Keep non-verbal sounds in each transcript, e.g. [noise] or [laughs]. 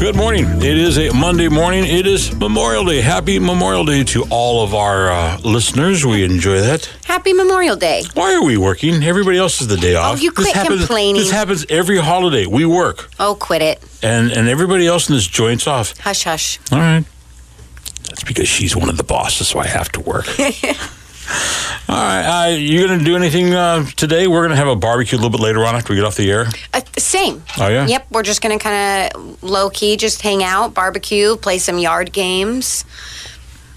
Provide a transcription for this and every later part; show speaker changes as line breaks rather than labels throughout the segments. Good morning. It is a Monday morning. It is Memorial Day. Happy Memorial Day to all of our uh, listeners. We enjoy that.
Happy Memorial Day.
Why are we working? Everybody else is the day off.
Oh, you quit complaining.
This happens every holiday. We work,
Oh, quit it.
and and everybody else in this joint's off.
Hush, hush.
All right. That's because she's one of the bosses, so I have to
[laughs]
work. All right. Uh, you going to do anything uh, today? We're going to have a barbecue a little bit later on after we get off the air.
Uh, same.
Oh, yeah?
Yep. We're just gonna kind of low key, just hang out, barbecue, play some yard games.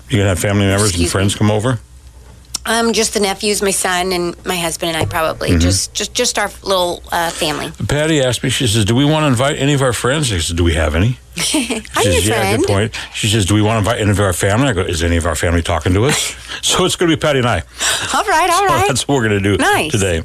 You going to have family members and
Excuse
friends come over?
Um, just the nephews, my son, and my husband and I probably
Mm-hmm.
just just just our little uh, family.
Patty asked me, she says, Do we want to invite any of our friends? I said, Do we have any?
I'm
She
your
says, Yeah,
friend.
good point. She says, Do we want to invite any of our family? I go, Is any of our family talking to
[laughs]
us? so it's going to be Patty and I.
All right, all
Well, [laughs]
right.
that's what we're going to do
Nice.
today.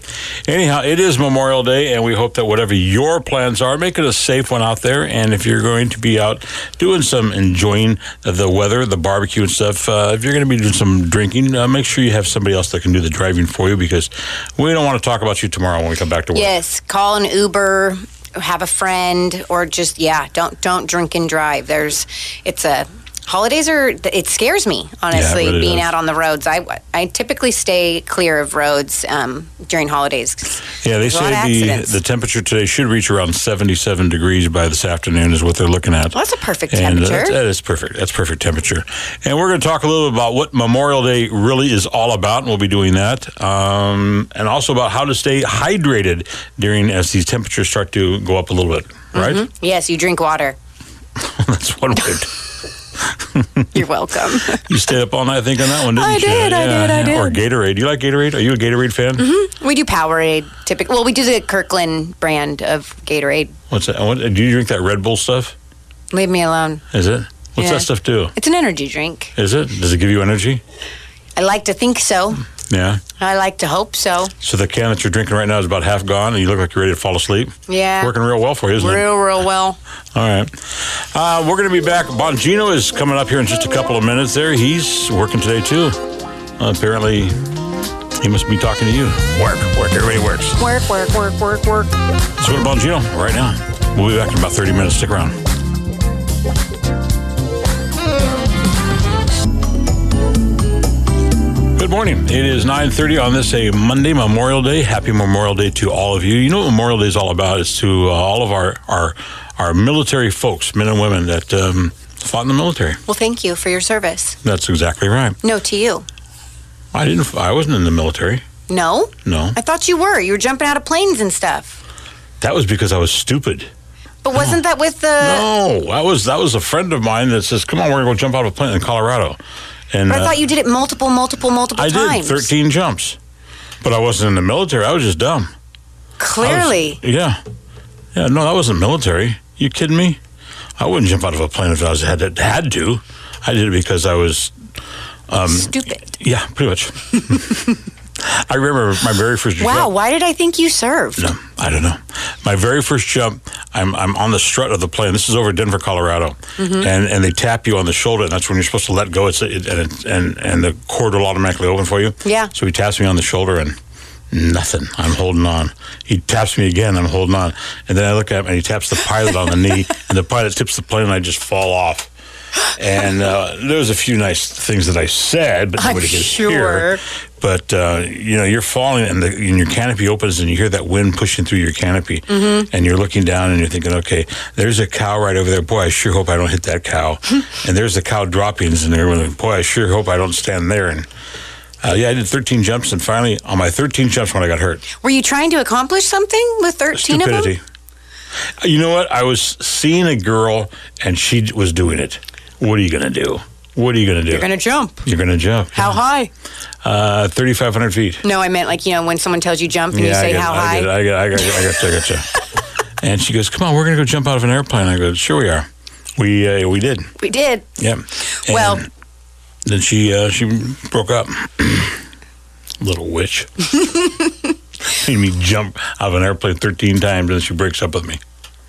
Anyhow, it is Memorial Day, and we hope that whatever your plans are, make it a safe one out there. And if you're going to be out doing some enjoying the weather, the barbecue and stuff, uh, if you're going to be doing some drinking, uh, make sure you have somebody else that can do the driving for you because we don't want to talk about you tomorrow when we come back to work.
Yes, call an Uber, have a friend, or just yeah, don't don't drink and drive. There's, it's a holidays are it scares me honestly
really
being
does.
out on the roads. I I typically stay clear of roads um, during holidays. 'cause
Yeah, they
there's a lot
say
of
the,
accidents.
the temperature today should reach around 77 degrees by this afternoon, is what they're looking at.
Well, that's a perfect
And uh, that-
temperature.
that is perfect. That's perfect temperature. And we're going to talk a little bit about what Memorial Day really is all about, and we'll be doing that. Um, and also about how to stay hydrated during as these temperatures start to go up a little bit, right?
yes, you drink water.
[laughs] That's one way.
You're welcome. [laughs]
You stayed up all night thinking that one, didn't
I
you?
did, I did, I
Or
did. Mm-hmm.
Gatorade. Do you like Gatorade? Are you a Gatorade fan?
we do Powerade typically. Well, we do the Kirkland brand of Gatorade.
What's that? What, do you drink that Red Bull stuff?
Leave me alone.
Is it? What's
Yeah.
that stuff do?
It's an energy drink.
Is it? Does it give you energy?
I like to think so.
Yeah.
I like to hope so.
So the can that you're drinking right now is about half gone, and you look like you're ready to fall asleep.
Yeah.
Working real well for you, isn't it?
Real, real well.
All right. Uh, we're going to be back. Bongino is coming up here in just a couple of minutes there. He's working today, too. apparently, he must be talking to you. Work, work. Everybody works.
Work, work, work, work, work.
Let's go to Bongino right now. We'll be back in about 30 minutes. Stick around. Good morning. It is 9:30 on this a Monday, Memorial Day. Happy Memorial Day to all of you. You know what Memorial Day is all about? It's to uh, all of our our our military folks, men and women that um, fought in the military.
Well, thank you for your service.
That's exactly right.
No to you.
I didn't. I wasn't in the military.
No?
No,
I thought you were. You were jumping out of planes and stuff.
that was because I was stupid.
But wasn't that with the.
No, that was that was a friend of mine that says, "Come on, we're gonna go jump out of a plane in Colorado." And
But I
uh,
thought you did it multiple, multiple, multiple
I did
times.
thirteen jumps, but I wasn't in the military. I was just dumb. I was-
Clearly.
yeah, yeah. No, that wasn't military. You kidding me? I wouldn't jump out of a plane if I was had to, had to. I did it because I was um, Mm.
Stupid.
yeah, pretty much. [laughs] I remember my very first
Wow,
jump.
why did I think you served?
No, I don't know. My very first jump, I'm I'm on the strut of the plane. This is over Denver, Colorado, and and they tap you on the shoulder, and that's when you're supposed to let go. It's it, and it, and and the cord will automatically open for you.
Yeah.
So he taps me on the shoulder and. Nothing. I'm holding on. He taps me again. I'm holding on, and then I look at him, and he taps the pilot on the knee, and the pilot tips the plane, and I just fall off. And uh, there was a few nice things that I said, but
I'm
nobody could
sure.
hear. But uh, you know, you're falling, and, the, and your canopy opens, and you hear that wind pushing through your canopy,
Mm-hmm.
and you're looking down, and you're thinking, "Okay, there's a cow right over there. Boy, I sure hope I don't hit that
[laughs]
cow." and there's the cow droppings, and everyone, like, boy, I sure hope I don't stand there. And uh, yeah, I did 13 jumps, and finally, on my 13 jumps, when I got hurt,
Were you trying to accomplish something with 13 of them?
stupidity. You know what? I was seeing a girl, and she was doing it. What are you gonna do? What are you gonna do? You're gonna,
You're going to jump.
jump.
How high?
Uh, 3,500 feet.
No, I meant like, you know, when someone tells you jump and you say
I get,
how
I
high.
Get, I get, I get, I get, I
[laughs]
get, you. and she goes, "Come on, we're gonna go jump out of an airplane." I go, "Sure we are." We uh, we did.
We did.
Yeah. And
Well-
then she uh, she broke up. [clears throat] Little witch. [laughs] Made me jump out of an airplane thirteen times, and then she breaks up with me.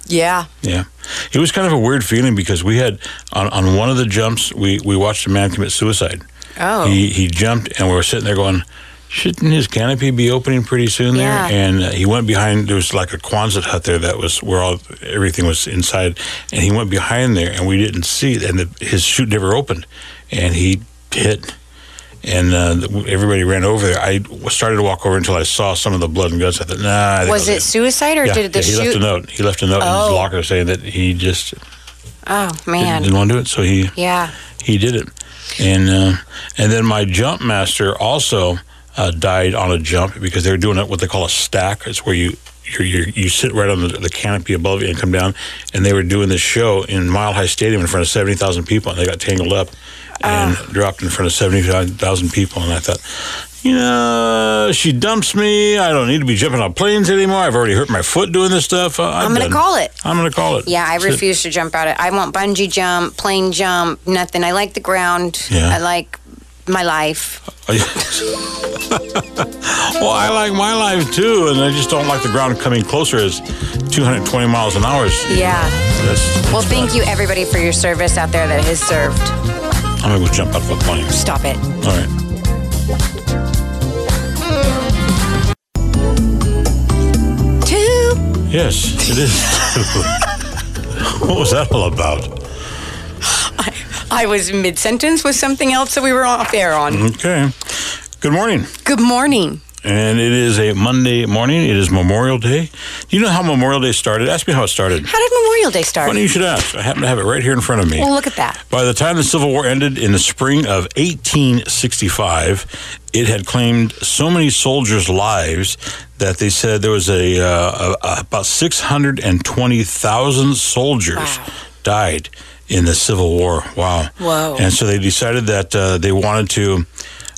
Yeah.
Yeah, it was kind of a weird feeling because we had on, on one of the jumps we, we watched a man commit suicide.
Oh.
He he jumped and we were sitting there going, shouldn't his canopy be opening pretty soon there?
Yeah.
And uh, he went behind. There was like a Quonset hut there that was where all everything was inside, and he went behind there, and we didn't see it, and the, his chute never opened, and he hit. And uh, everybody ran over there. I started to walk over until I saw some of the blood and guts. I thought, nah. I think
Was
I'll
it
do
suicide or
Yeah,
did the
yeah, he
shoot?
left a note. He left a note in his
Oh.
locker saying that he just
Oh
didn't,
man.
didn't want to do it. So he
Yeah.
he did it, and uh, and then my jump master also uh, died on a jump because they were doing it what they call a stack. It's where you you you you sit right on the, the canopy above you and come down, and they were doing this show in Mile High Stadium in front of seventy thousand people, and they got tangled up and
Ah.
dropped in front of seventy thousand people, and I thought. You know, she dumps me. I don't need to be jumping on planes anymore. I've already hurt my foot doing this stuff. Uh,
I'm gonna
done.
call it.
I'm going to call it.
Yeah, I
That's it.
refuse to jump out of I want bungee jump, plane jump, nothing. I like the ground.
Yeah.
I like my life.
well, Oh, [laughs] I like my life too, and I just don't like the ground coming closer as 220 miles an hour. Is,
Yeah.
that's,
Well, thank you everybody for your service out there that has served.
I'm gonna go jump out of a plane.
Stop it.
All right.
Two.
Yes, it is. [laughs] what was that all about?
I was mid sentence with something else that we were off air on.
Okay. Good morning.
Good morning.
And it is a Monday morning. It is Memorial Day. Do you know how Memorial Day started? Ask me how it started.
How did Memorial Day start?
Funny you should ask. I happen to have it right here in front of me.
Well, look at that.
By the time the Civil War ended in the spring of 1865, it had claimed so many soldiers' lives that they said there was a, uh, a, a about 620,000 soldiers
Wow.
died in the Civil War. Wow.
Whoa.
And so they decided that uh, they wanted to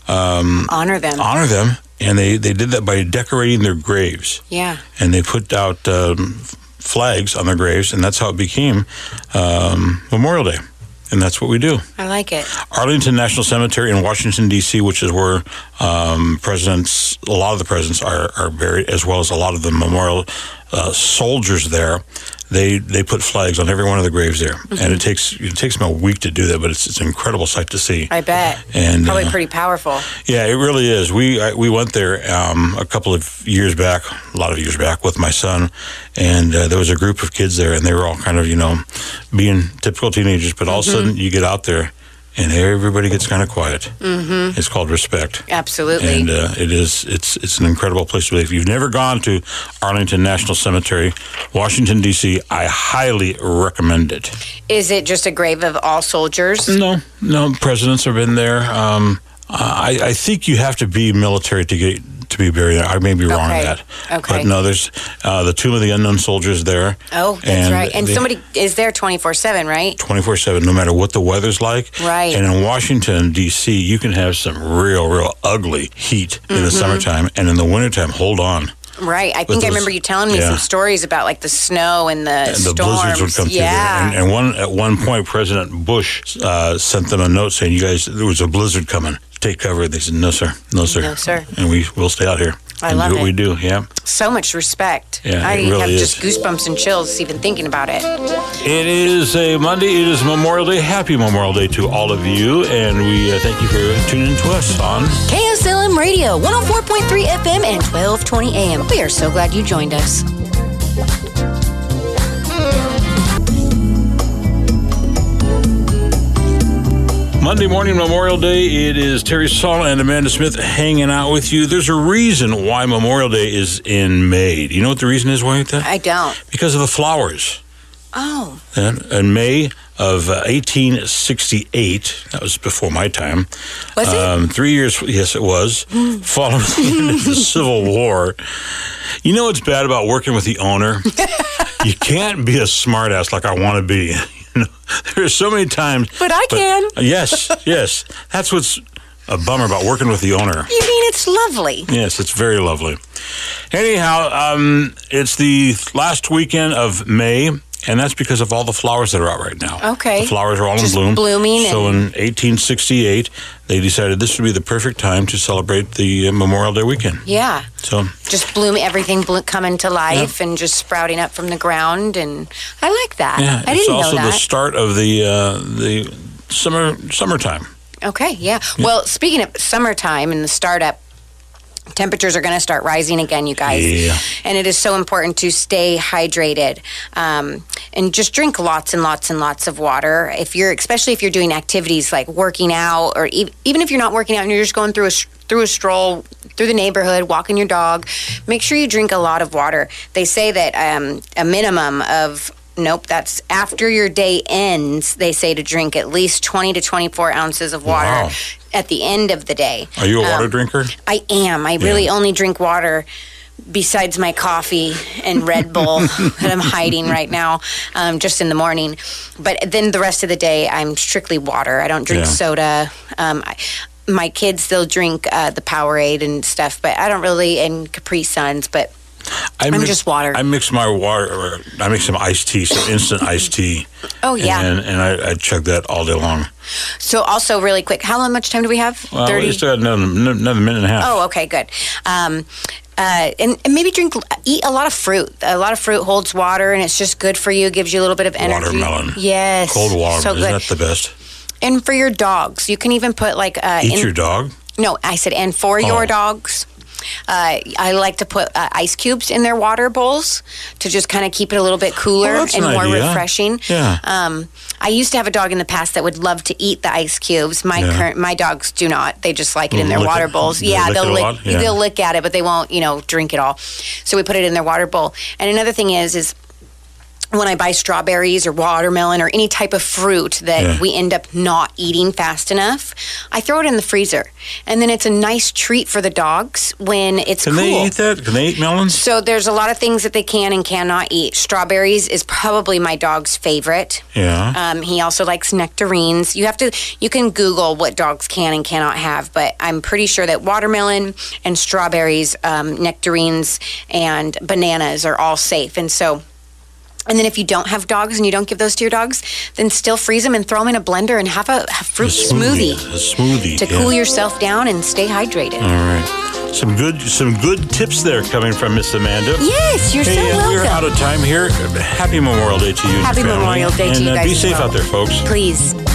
Honor them.
honor them, and they, they did that by decorating their graves
Yeah.
and they put out um, f- flags on their graves, and that's how it became um, Memorial Day. And that's what we do.
I like it.
Arlington National Cemetery in Washington, D.C., which is where um, presidents, a lot of the presidents are, are buried, as well as a lot of the memorial uh, soldiers there. They, they put flags on every one of the graves there,
Mm-hmm.
and it takes it takes them a week to do that, but it's, it's an incredible sight to see.
I bet.
And
Probably
uh,
pretty powerful.
yeah, it really is. We I, we went there um, a couple of years back, a lot of years back, with my son, and uh, there was a group of kids there, and they were all kind of you know being typical teenagers. But all of a sudden, you get out there, and everybody gets kind of quiet. Mm-hmm. It's called respect.
Absolutely.
And uh, it is it's it's an incredible place to be. If you've never gone to Arlington National Cemetery, Washington D.C., I highly recommend it.
Is it just a grave of all soldiers?
No, no, presidents have been there. Um, I, I think you have to be military to get to be buried. there. I may be wrong
Okay,
on that.
okay.
But no, there's uh, the Tomb of the Unknown Soldiers there.
Oh, that's right. And
they-
somebody is there 24 7, right?
24 7, no matter what the weather's like.
Right.
And in Washington, D.C., you can have some real, real ugly heat in the
Mm-hmm.
summertime. And in the wintertime, hold on.
Right. I think I
those-
remember you telling me
yeah.
some stories about like the snow and the
And the
storms.
blizzards would come through
yeah.
there. And, and one, at one point, President Bush uh, sent them a note saying, You guys, there was a blizzard coming. Take cover. They said, No, sir. No, sir.
No, sir.
And we will stay out here.
I
and
love
do what
it.
we do. Yeah.
so much respect.
Yeah,
I
it really
have
is.
just goosebumps and chills even thinking about it.
It is a Monday. It is Memorial Day. Happy Memorial Day to all of you. And we uh, thank you for tuning in to us on.
KSLM Radio, 104.3 FM and 1220 AM. We are so glad you joined us.
Monday morning, Memorial Day. It is Terry Saul and Amanda Smith hanging out with you. There's a reason why Memorial Day is in May. Do you know what the reason is, Juanita?
I don't.
Because of the flowers.
Oh,
Uh, In May of uh, 1868, that was before my time.
was it?
Um, three years, yes, it was.
Mm.
Following [laughs] the end of the Civil War. You know what's bad about working with the
[laughs]
owner? you can't be a smartass like I want to be. [laughs] You know, there are so many times.
But I can.
Yes, yes. That's what's a bummer about working with the owner.
You mean it's lovely?
Yes, it's very lovely. Anyhow, um, it's the last weekend of May, and that's because of all the flowers that are out right now.
Okay.
The flowers are all
Just
in bloom.
blooming
So in 1868, they decided this would be the perfect time to celebrate the uh, Memorial Day weekend.
Yeah.
So
Just bloom everything blo- coming to life and just sprouting up from the ground. And I like that.
yeah,
I
it's
didn't
also
know
the
that.
start of the uh, the summer summertime.
Okay, yeah. Well, speaking of summertime and the startup, temperatures are going to start rising again, you guys.
Yeah.
And it is so important to stay hydrated um, and just drink lots and lots and lots of water. If you're, especially if you're doing activities like working out, or ev- even if you're not working out and you're just going through a s- through a stroll through the neighborhood, walking your dog, make sure you drink a lot of water. They say that um, a minimum of Nope, that's after your day ends. They say to drink at least 20 to 24 ounces of water
Wow.
at the end of the day.
Are you a water
Um,
drinker?
I am. I really only drink water besides my coffee and Red
[laughs]
Bull that I'm hiding right now, um, just in the morning. But then the rest of the day, I'm strictly water. I don't drink
Yeah.
soda. Um, I, my kids, they'll drink uh, the Powerade and stuff, but I don't really, and Capri Suns, but
I am
just water.
I mix my water. Or I mix some iced tea, some instant iced tea.
oh, yeah.
And, and I, I chug that all day long.
so, also, really quick, how long- much time do we have?
Well, we still got another, another minute and a half.
Oh, okay, good. Um, uh, and, and maybe drink, eat a lot of fruit. A lot of fruit holds water, and it's just good for you. Gives you a little bit of energy.
Watermelon.
Yes.
Cold water.
So
Isn't
good.
that the best?
and for your dogs, you can even put like uh,
Eat
in-
your dog.
no, I said, and for
Oh.
your dogs. Uh, I like to put uh, ice cubes in their water bowls to just kind of keep it a little bit cooler
Oh, that's
and
an
more
idea.
refreshing.
Yeah.
Um, I used to have a dog in the past that would love to eat the ice cubes. My
Yeah. Mm,
current my dogs do not. They just like it in their
Lick
water
it.
bowls.
They
yeah,
lick
they'll
it a
lick
lot? Yeah.
they'll lick at it, but they won't, you know, drink it all. So we put it in their water bowl. And another thing is is when I buy strawberries or watermelon or any type of fruit that
Yeah.
we end up not eating fast enough, I throw it in the freezer. And then it's a nice treat for the dogs when it's
Can
cool.
they eat that? Can they eat melons?
so there's a lot of things that they can and cannot eat. Strawberries is probably my dog's favorite.
Yeah.
Um, he also likes nectarines. You have to you can Google what dogs can and cannot have, but I'm pretty sure that watermelon and strawberries, um, nectarines and bananas are all safe. And so. And then if you don't have dogs and you don't give those to your dogs, then still freeze them and throw them in a blender and have a, a fruit smoothie,
A smoothie.
to
yeah. Hmm.
cool yourself down and stay hydrated.
All right. Some good, some good tips there coming from Miss Amanda.
Yes, you're
Hey,
so
uh, we're out
welcome.
of time here. Happy Memorial Day to you. and your
Happy
family.
Memorial Day to
and,
you
uh,
guys
Be
as
safe
well.
out there, folks.
Please.